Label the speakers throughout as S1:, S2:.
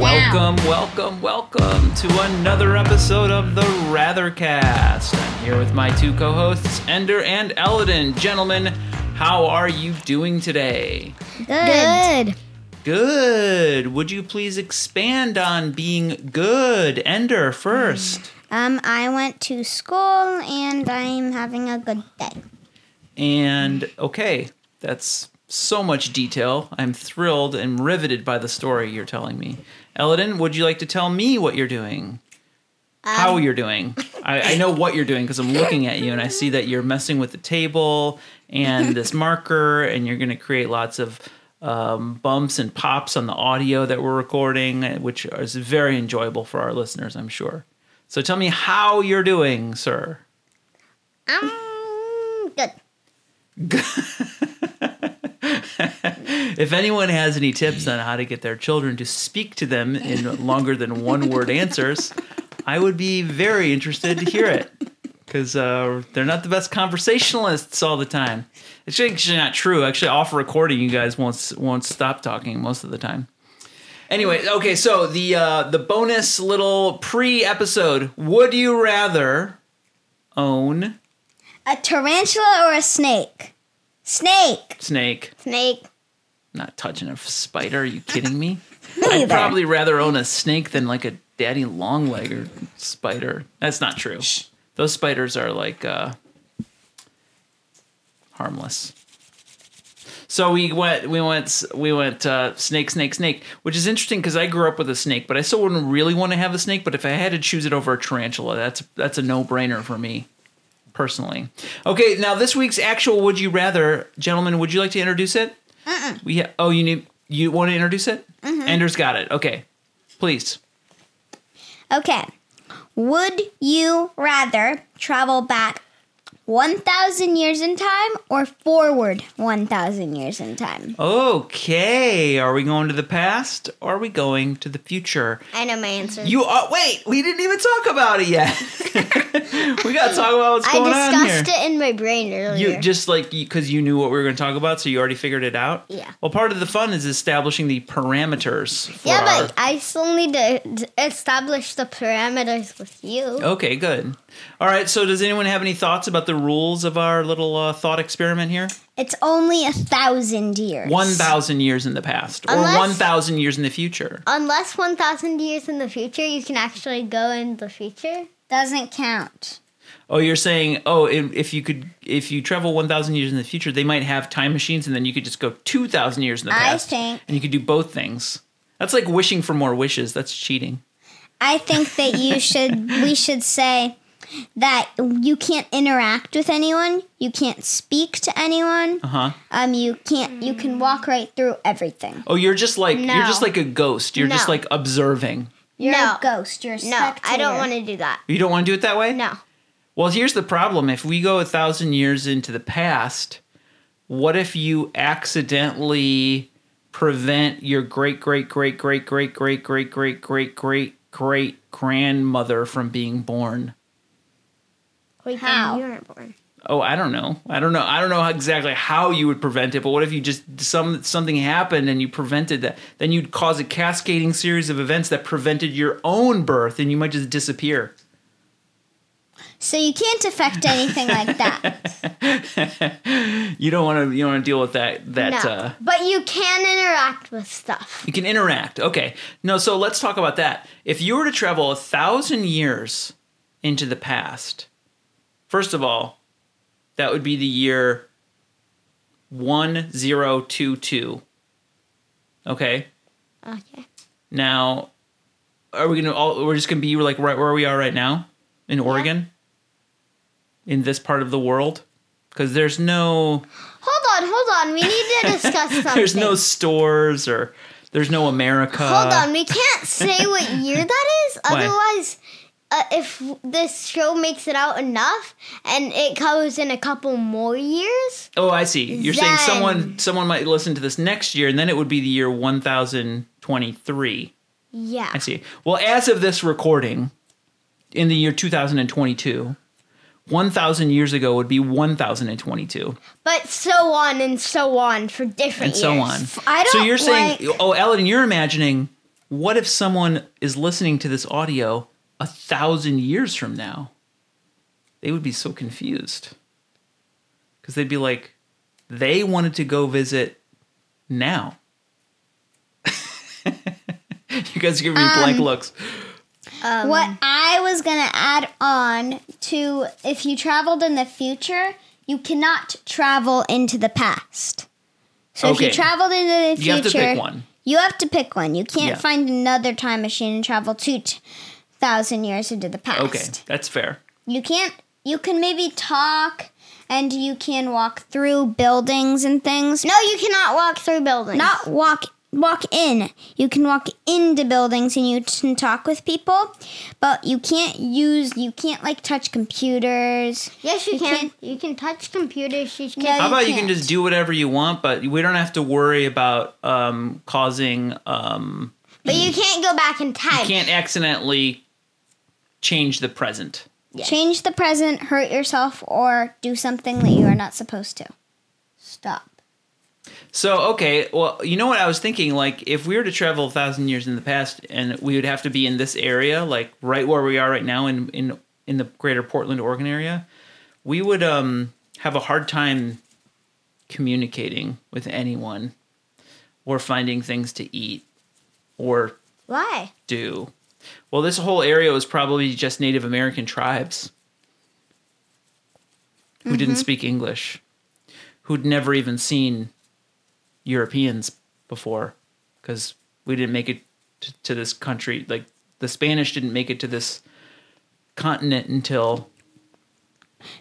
S1: Welcome, welcome, welcome to another episode of the Rathercast. I'm here with my two co-hosts, Ender and Eladin. Gentlemen, how are you doing today?
S2: Good.
S1: Good. Would you please expand on being good? Ender first.
S2: Um, I went to school and I'm having a good day.
S1: And okay, that's so much detail. I'm thrilled and riveted by the story you're telling me. Eladin, would you like to tell me what you're doing? How you're doing? I, I know what you're doing because I'm looking at you and I see that you're messing with the table and this marker, and you're going to create lots of um, bumps and pops on the audio that we're recording, which is very enjoyable for our listeners, I'm sure. So tell me how you're doing, sir.
S2: Um, good.
S1: If anyone has any tips on how to get their children to speak to them in longer than one word answers, I would be very interested to hear it because uh, they're not the best conversationalists all the time. It's actually not true. Actually, off recording, you guys won't s- won't stop talking most of the time. Anyway, okay, so the uh, the bonus little pre episode. Would you rather own
S2: A tarantula or a snake? Snake.
S1: snake?
S2: Snake.
S1: Not touching a spider. Are you kidding me?
S2: Me
S1: I'd
S2: either.
S1: probably rather own a snake than like a daddy long leg or spider. That's not true. Those spiders are like uh, harmless. So we went, we went, we went uh, snake, snake, snake, which is interesting because I grew up with a snake, but I still wouldn't really want to have a snake. But if I had to choose it over a tarantula, that's that's a no brainer for me, personally. Okay, now this week's actual would you rather, gentlemen, would you like to introduce it? We ha- oh, you need you want to introduce it?
S2: Mm-hmm.
S1: Ender's got it. Okay, please.
S2: Okay. Would you rather travel back 1,000 years in time or forward 1,000 years in time?
S1: Okay, are we going to the past? Or are we going to the future?
S2: I know my answer.
S1: You are. Wait, we didn't even talk about it yet. we got to talk about what's going on here.
S2: it in my brain earlier.
S1: You just like because you knew what we were going to talk about, so you already figured it out.
S2: Yeah.
S1: Well, part of the fun is establishing the parameters. For
S3: Yeah,
S1: our-
S3: but I still need to establish the parameters with you.
S1: Okay, good. All right. So, does anyone have any thoughts about the rules of our little uh, thought experiment here?
S2: it's only a thousand years.
S1: one thousand years in the past, or
S3: Unless-
S1: one thousand years in the future.
S3: Unless 1,000 years in the future, you can actually go in the future.
S2: doesn't count.
S1: Oh, you're saying, oh, if, if you could, if you travel one thousand years in the future, they might have time machines, and then you could just go two thousand years in the
S2: I
S1: past,
S2: think-
S1: and you could do both things. That's like wishing for more wishes. That's cheating.
S2: I think that you should we should say that you can't interact with anyone, you can't speak to anyone.
S1: Uh huh.
S2: Um you can't you
S3: Hmm.
S2: can walk right through everything.
S1: Oh, you're just like you're
S3: No.
S1: just like a ghost. You're just
S3: No.
S1: like observing.
S2: You're
S3: No.
S2: a ghost, you're a
S3: No, I don't want to do that.
S1: You don't want to do it that way.
S3: No.
S1: Well, here's the problem. If we go a thousand years into the past, what if you accidentally prevent your great great great great great great great great great great great grandmother from being born?
S3: Wait, then
S2: How?
S3: You weren't born.
S1: Oh, I don't know. I don't know. I don't know how- exactly how you would prevent it, but what if you just some something happened and you prevented that? Then you'd cause a cascading series of events that prevented your own birth and you might just disappear.
S2: So you can't affect anything like that.
S1: You don't want to you don't want to deal with that that
S3: no.
S1: uh
S3: but you can interact with stuff.
S1: You can interact. Okay. No, so let's talk about that. If you were to travel a thousand years into the past, first of all, that would be the year 1022. Okay.
S3: Okay.
S1: Now, are we going to all, we're just going to be like right where we are right now in Oregon, in this part of the world? Because there's no,
S3: Hold on, hold on. We need to discuss something.
S1: there's no stores or there's no America.
S3: Hold on, we can't say what year that is.
S1: Why?
S3: Otherwise, uh, if this show makes it out enough and it covers in a couple more years,
S1: Oh, I see. You're saying
S3: Zen.
S1: someone someone might listen to this next year, and then it would be the year 1023.
S3: yeah.
S1: I see. Well, as of this recording, in the year 2022, 1,000 years ago would be 1,022,
S3: But so on and so on for different
S1: and so on.
S3: years.
S2: I
S1: so
S2: don't
S1: you're saying,
S2: like-
S1: oh, Ellen, you're imagining what if someone is listening to this audio a thousand years from now? They would be so confused because they'd be like, they wanted to go visit now. you guys are giving me blank
S2: Um,
S1: looks.
S3: um,
S2: what I was going to add on to if you traveled in the future, you cannot travel into the past. So if
S1: Okay.
S2: you traveled into the future,
S1: You have to pick one.
S2: You have to pick one. You can't
S1: Yeah.
S2: find another time machine and travel 2,000 years into the past.
S1: Okay, that's fair.
S2: You can't. You can maybe talk, and you can walk through buildings and things.
S3: No, you cannot walk through buildings.
S2: Not walk walk in. You can walk into buildings and you can talk with people, but you can't use. You can't like touch computers.
S3: Yes, you,
S2: You
S3: can.
S2: can't-
S3: You can touch computers. You can.
S2: No,
S1: How about you can
S2: can't.
S1: just do whatever you want, but we don't have to worry about um, causing. Um,
S3: But you can't go back in time.
S1: you can't accidentally change the present.
S2: Change the present, hurt yourself, or do something that you are not supposed to.
S3: stop.
S1: So okay, well, you know what I was thinking? Like, if we were to travel a thousand years in the past, and we would have to be in this area, like right where we are right now, in in in the greater Portland, Oregon area, we would um have a hard time communicating with anyone, or finding things to eat, or
S3: Why?
S1: do. Well, this whole area was probably just Native American tribes who didn't speak English, who'd never even seen Europeans before, because we didn't make it t- to this country. Like the Spanish didn't make it to this continent until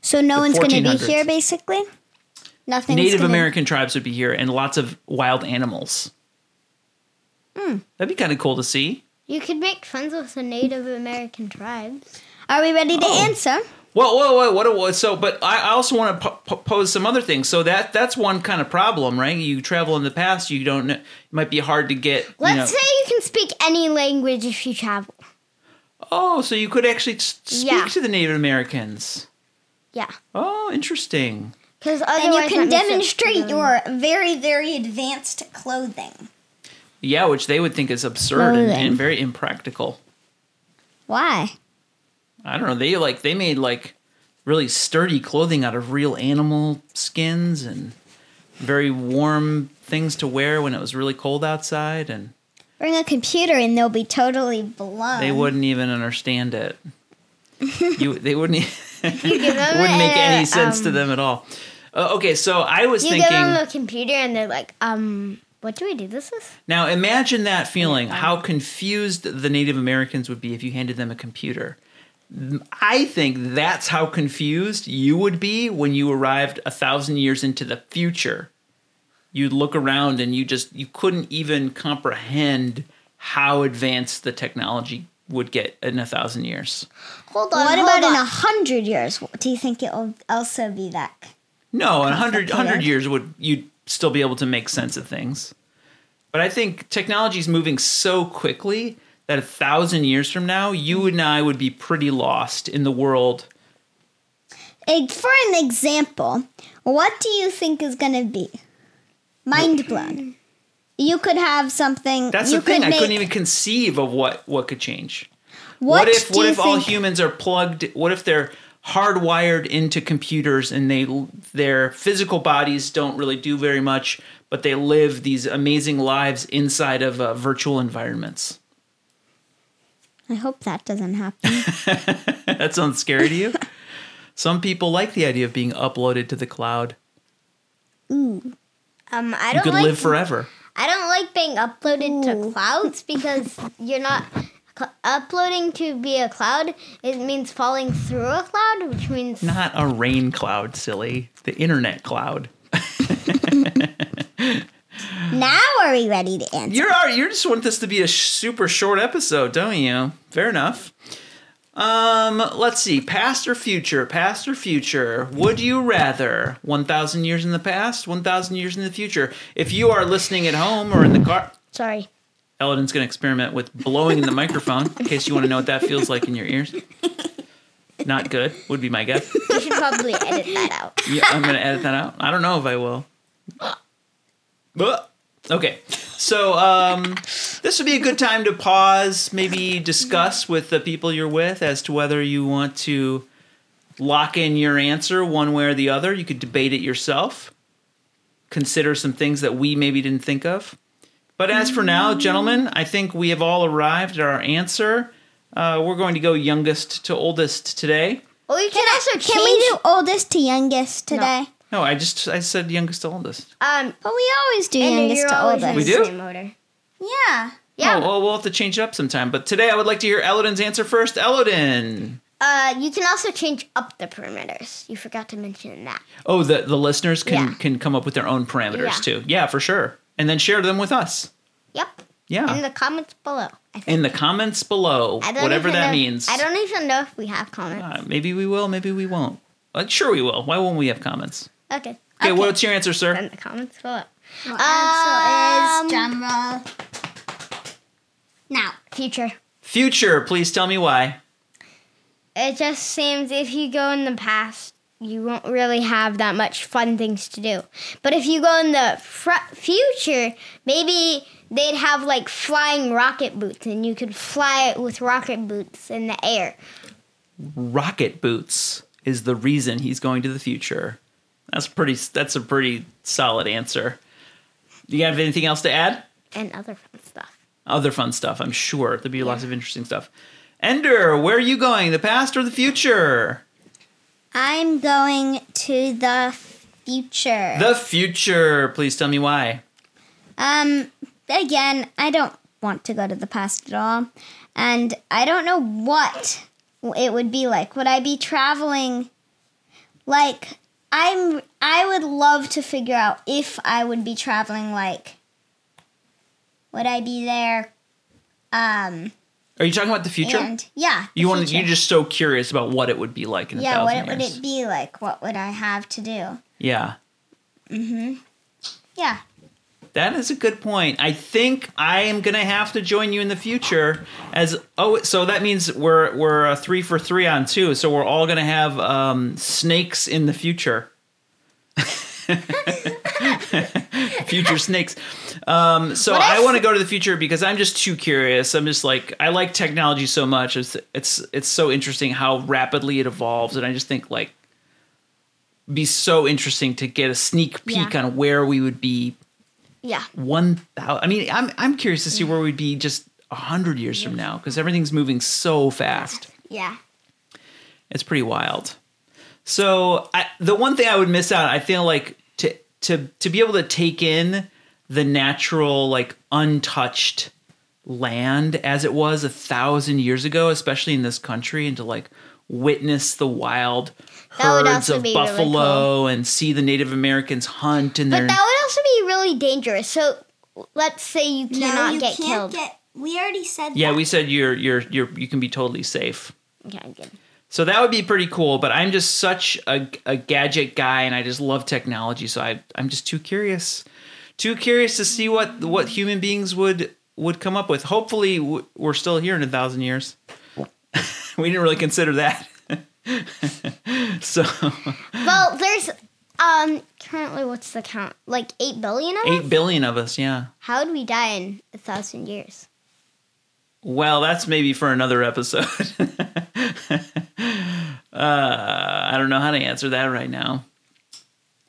S2: So no
S1: The
S2: one's going to be
S1: 1400s.
S2: here, basically. Nothing's
S1: Native
S2: gonna-
S1: American tribes would be here and lots of wild animals. That'd be kind of cool to see.
S3: You could make friends with the Native American tribes.
S2: Are we ready to
S1: Oh.
S2: answer?
S1: Whoa, whoa, whoa! What? A, what so, but I I also want to po- pose some other things. So that that's one kind of problem, right? You travel in the past, you don't. kn- It might be hard to get. you
S3: Let's
S1: know-
S3: say you can speak any language if you travel.
S1: oh, so you could actually s- speak
S3: Yeah.
S1: to the Native Americans.
S3: Yeah.
S1: Oh, interesting.
S3: Because
S2: And
S3: otherwise,
S2: you can
S3: that makes it-
S2: demonstrate your very, very advanced clothing.
S1: Yeah, which they would think is absurd and,
S2: Clothing.
S1: and very impractical.
S2: Why?
S1: I don't know. They like they made like really sturdy clothing out of real animal skins and very warm things to wear when it was really cold outside, and
S2: Bring a computer and they'll be totally blown.
S1: they wouldn't even understand it. you, they wouldn't. e-
S3: You give them
S1: wouldn't make
S3: a,
S1: any sense to
S3: um,
S1: them at all. Uh, okay, so I was
S3: You
S1: thinking.
S3: give them a computer and they're like, um, what do we do this with?
S1: now imagine that feeling. How confused the Native Americans would be if you handed them a computer. I think that's how confused you would be when you arrived a thousand years into the future. You'd look around and you just you couldn't even comprehend how advanced the technology would get in a thousand years.
S3: Hold on.
S2: What
S3: hold
S2: about
S3: on.
S2: in a hundred years? Do you think it will also be that?
S1: No, in 100,
S2: Complicated.
S1: 100 years would you'd still be able to make sense of things. But I think technology is moving so quickly that a thousand years from now, you and I would be pretty lost in the world.
S2: Eh, For an example, what do you think is going to be mind blown? You could have something.
S1: That's
S2: you
S1: the thing;
S2: Could
S1: I
S2: make,
S1: couldn't even conceive of what what could change.
S2: What,
S1: if
S2: do
S1: what
S2: you
S1: if all
S2: think-
S1: humans are plugged? What if they're hardwired into computers and they their physical bodies don't really do very much, but they live these amazing lives inside of uh, virtual environments?
S2: I hope that doesn't happen.
S1: that sounds scary to you. Some people like the idea of being uploaded to the cloud.
S3: um, I
S1: You
S3: don't
S1: could
S3: like
S1: live forever.
S3: I don't like being uploaded to clouds because you're not cl- uploading to be a cloud. It means falling through a cloud, which means
S1: Not a rain cloud, silly. The internet cloud.
S2: now are we ready to answer?
S1: You're all- you just want this to be a sh- super short episode, don't you? Fair enough. Um, let's see. Past or future? Past or future? Would you rather 1000 years in the past, 1000 years in the future? If you are listening at home or in the car,
S3: sorry.
S1: Eldon's going to experiment with blowing in the microphone in case you want to know what that feels like in your ears. Not good, would be my guess.
S3: You should probably edit that out.
S1: Yeah, I'm going to edit that out. I don't know if I will. Ugh. Okay. So um, this would be a good time to pause, maybe discuss with the people you're with as to whether you want to lock in your answer one way or the other. You could debate it yourself. Consider some things that we maybe didn't think of. But as for now, gentlemen, I think we have all arrived at our answer. Uh, we're going to go youngest to oldest today.
S3: Or you can, also change.
S2: Can we do oldest to youngest today?
S1: No, I just I said youngest to oldest.
S3: um,
S2: But we always do
S3: and
S2: youngest
S3: you're
S2: to Oh,
S3: always
S2: oldest.
S3: in
S1: We
S3: the
S1: do?
S3: same order.
S2: Yeah.
S3: Yeah.
S1: Oh, well, we'll have to change it up sometime. But today I would like to hear Elodin's answer first. Elodin.
S3: Uh, you can also change up the perimeters. You forgot to mention that.
S1: Oh, the, the listeners can,
S3: Yeah.
S1: can come up with their own parameters
S3: Yeah.
S1: too. Yeah, for sure. And then share them with us.
S3: Yep.
S1: Yeah.
S3: In the comments below. I think.
S1: In the comments below,
S3: I don't
S1: whatever
S3: even
S1: that
S3: know-
S1: means.
S3: I don't even know if we have comments.
S1: Uh, maybe we will, maybe we won't. Uh, sure, we will. Why won't we have comments?
S3: Okay.
S1: Okay, what's your answer, sir?
S3: In the comments below.
S2: Axel
S3: Um,
S2: is drum roll. Now.
S3: Future.
S1: Future, please tell me why.
S3: It just seems if you go in the past, you won't really have that much fun things to do. But if you go in the fr- future, maybe they'd have like flying rocket boots and you could fly it with rocket boots in the air.
S1: Rocket boots is the reason he's going to the future. That's pretty that's a pretty solid answer. You have anything else to add?
S3: and other fun stuff.
S1: Other fun stuff, I'm sure. There'll be lots of interesting stuff. Ender, where are you going? The past or the future?
S2: I'm going to the future.
S1: The future. Please tell me why.
S2: Um, again, I don't want to go to the past at all. And I don't know what it would be like. Would I be traveling like I'm I would love to figure out if I would be traveling like would I be there um
S1: Are you talking about the future?
S2: and yeah. the
S1: you want
S2: future.
S1: you're just so curious about what it would be like in a
S2: Yeah,
S1: thousand
S2: what would
S1: years.
S2: it be like? What would I have to do?
S1: Yeah.
S2: Yeah.
S1: That is a good point. I think I am gonna have to join you in the future. As oh, so that means we're we're uh, three for three on two. So we're all gonna have um, snakes in the future. future snakes. Um, so
S3: What
S1: I
S3: if-
S1: want to go to the future because I'm just too curious. I'm just like I like technology so much. It's it's it's so interesting how rapidly it evolves, and I just think like be so interesting to get a sneak peek
S3: Yeah.
S1: on where we would be
S3: Yeah.
S1: one thousand. I mean, I'm I'm curious to see where we'd be just a hundred years from now because everything's moving so fast.
S3: Yeah.
S1: It's pretty wild. So I, the one thing I would miss out, I feel like to to to be able to take in the natural, like untouched land as it was a thousand years ago, especially in this country, and to like witness the wild
S3: That would
S1: herds
S3: also
S1: of
S3: be really
S1: buffalo and see the Native Americans hunt and
S3: But
S1: their
S3: that would also be really dangerous. So let's say you cannot get killed.
S2: we already said
S1: yeah. We said you're you're you're you can be totally safe.
S3: okay, good.
S1: So that would be pretty cool, but I'm just such a, a gadget guy and I just love technology, so I I'm just too curious. Too curious to see what what human beings would would come up with. Hopefully w- we're still here in a thousand years. we didn't really consider that. so
S3: Well, there's um currently what's the count? Like eight billion of us?
S1: 8 billion of us, yeah.
S3: How would we die in a thousand years?
S1: Well, that's maybe for another episode. uh, Uh, I don't know how to answer that right now.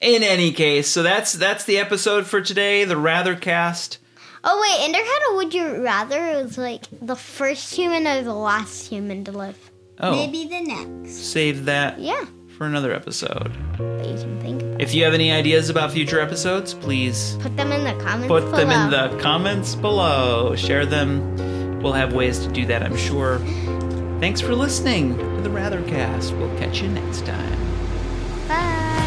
S1: In any case, so that's that's the episode for today, the Rathercast.
S3: Oh wait, Ender had a would you rather? It was like the first human or the last human to live.
S1: Oh,
S2: the next.
S1: save that
S3: Yeah.
S1: for another episode.
S3: But you can think about it.
S1: If you have any ideas about future episodes, please
S3: Put them in the comments.
S1: put them in
S3: below.
S1: the comments below. Share them. We'll have ways to do that, I'm sure. Thanks for listening to the Rathercast. We'll catch you next time.
S3: Bye.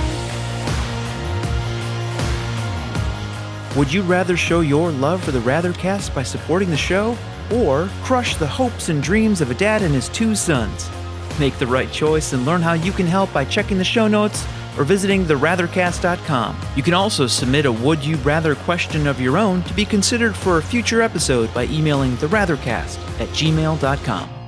S1: Would you rather show your love for the Rathercast by supporting the show or crush the hopes and dreams of a dad and his two sons? Make the right choice and learn how you can help by checking the show notes or visiting therathercast.com. You can also submit a would you rather question of your own to be considered for a future episode by emailing therathercast at gmail.com.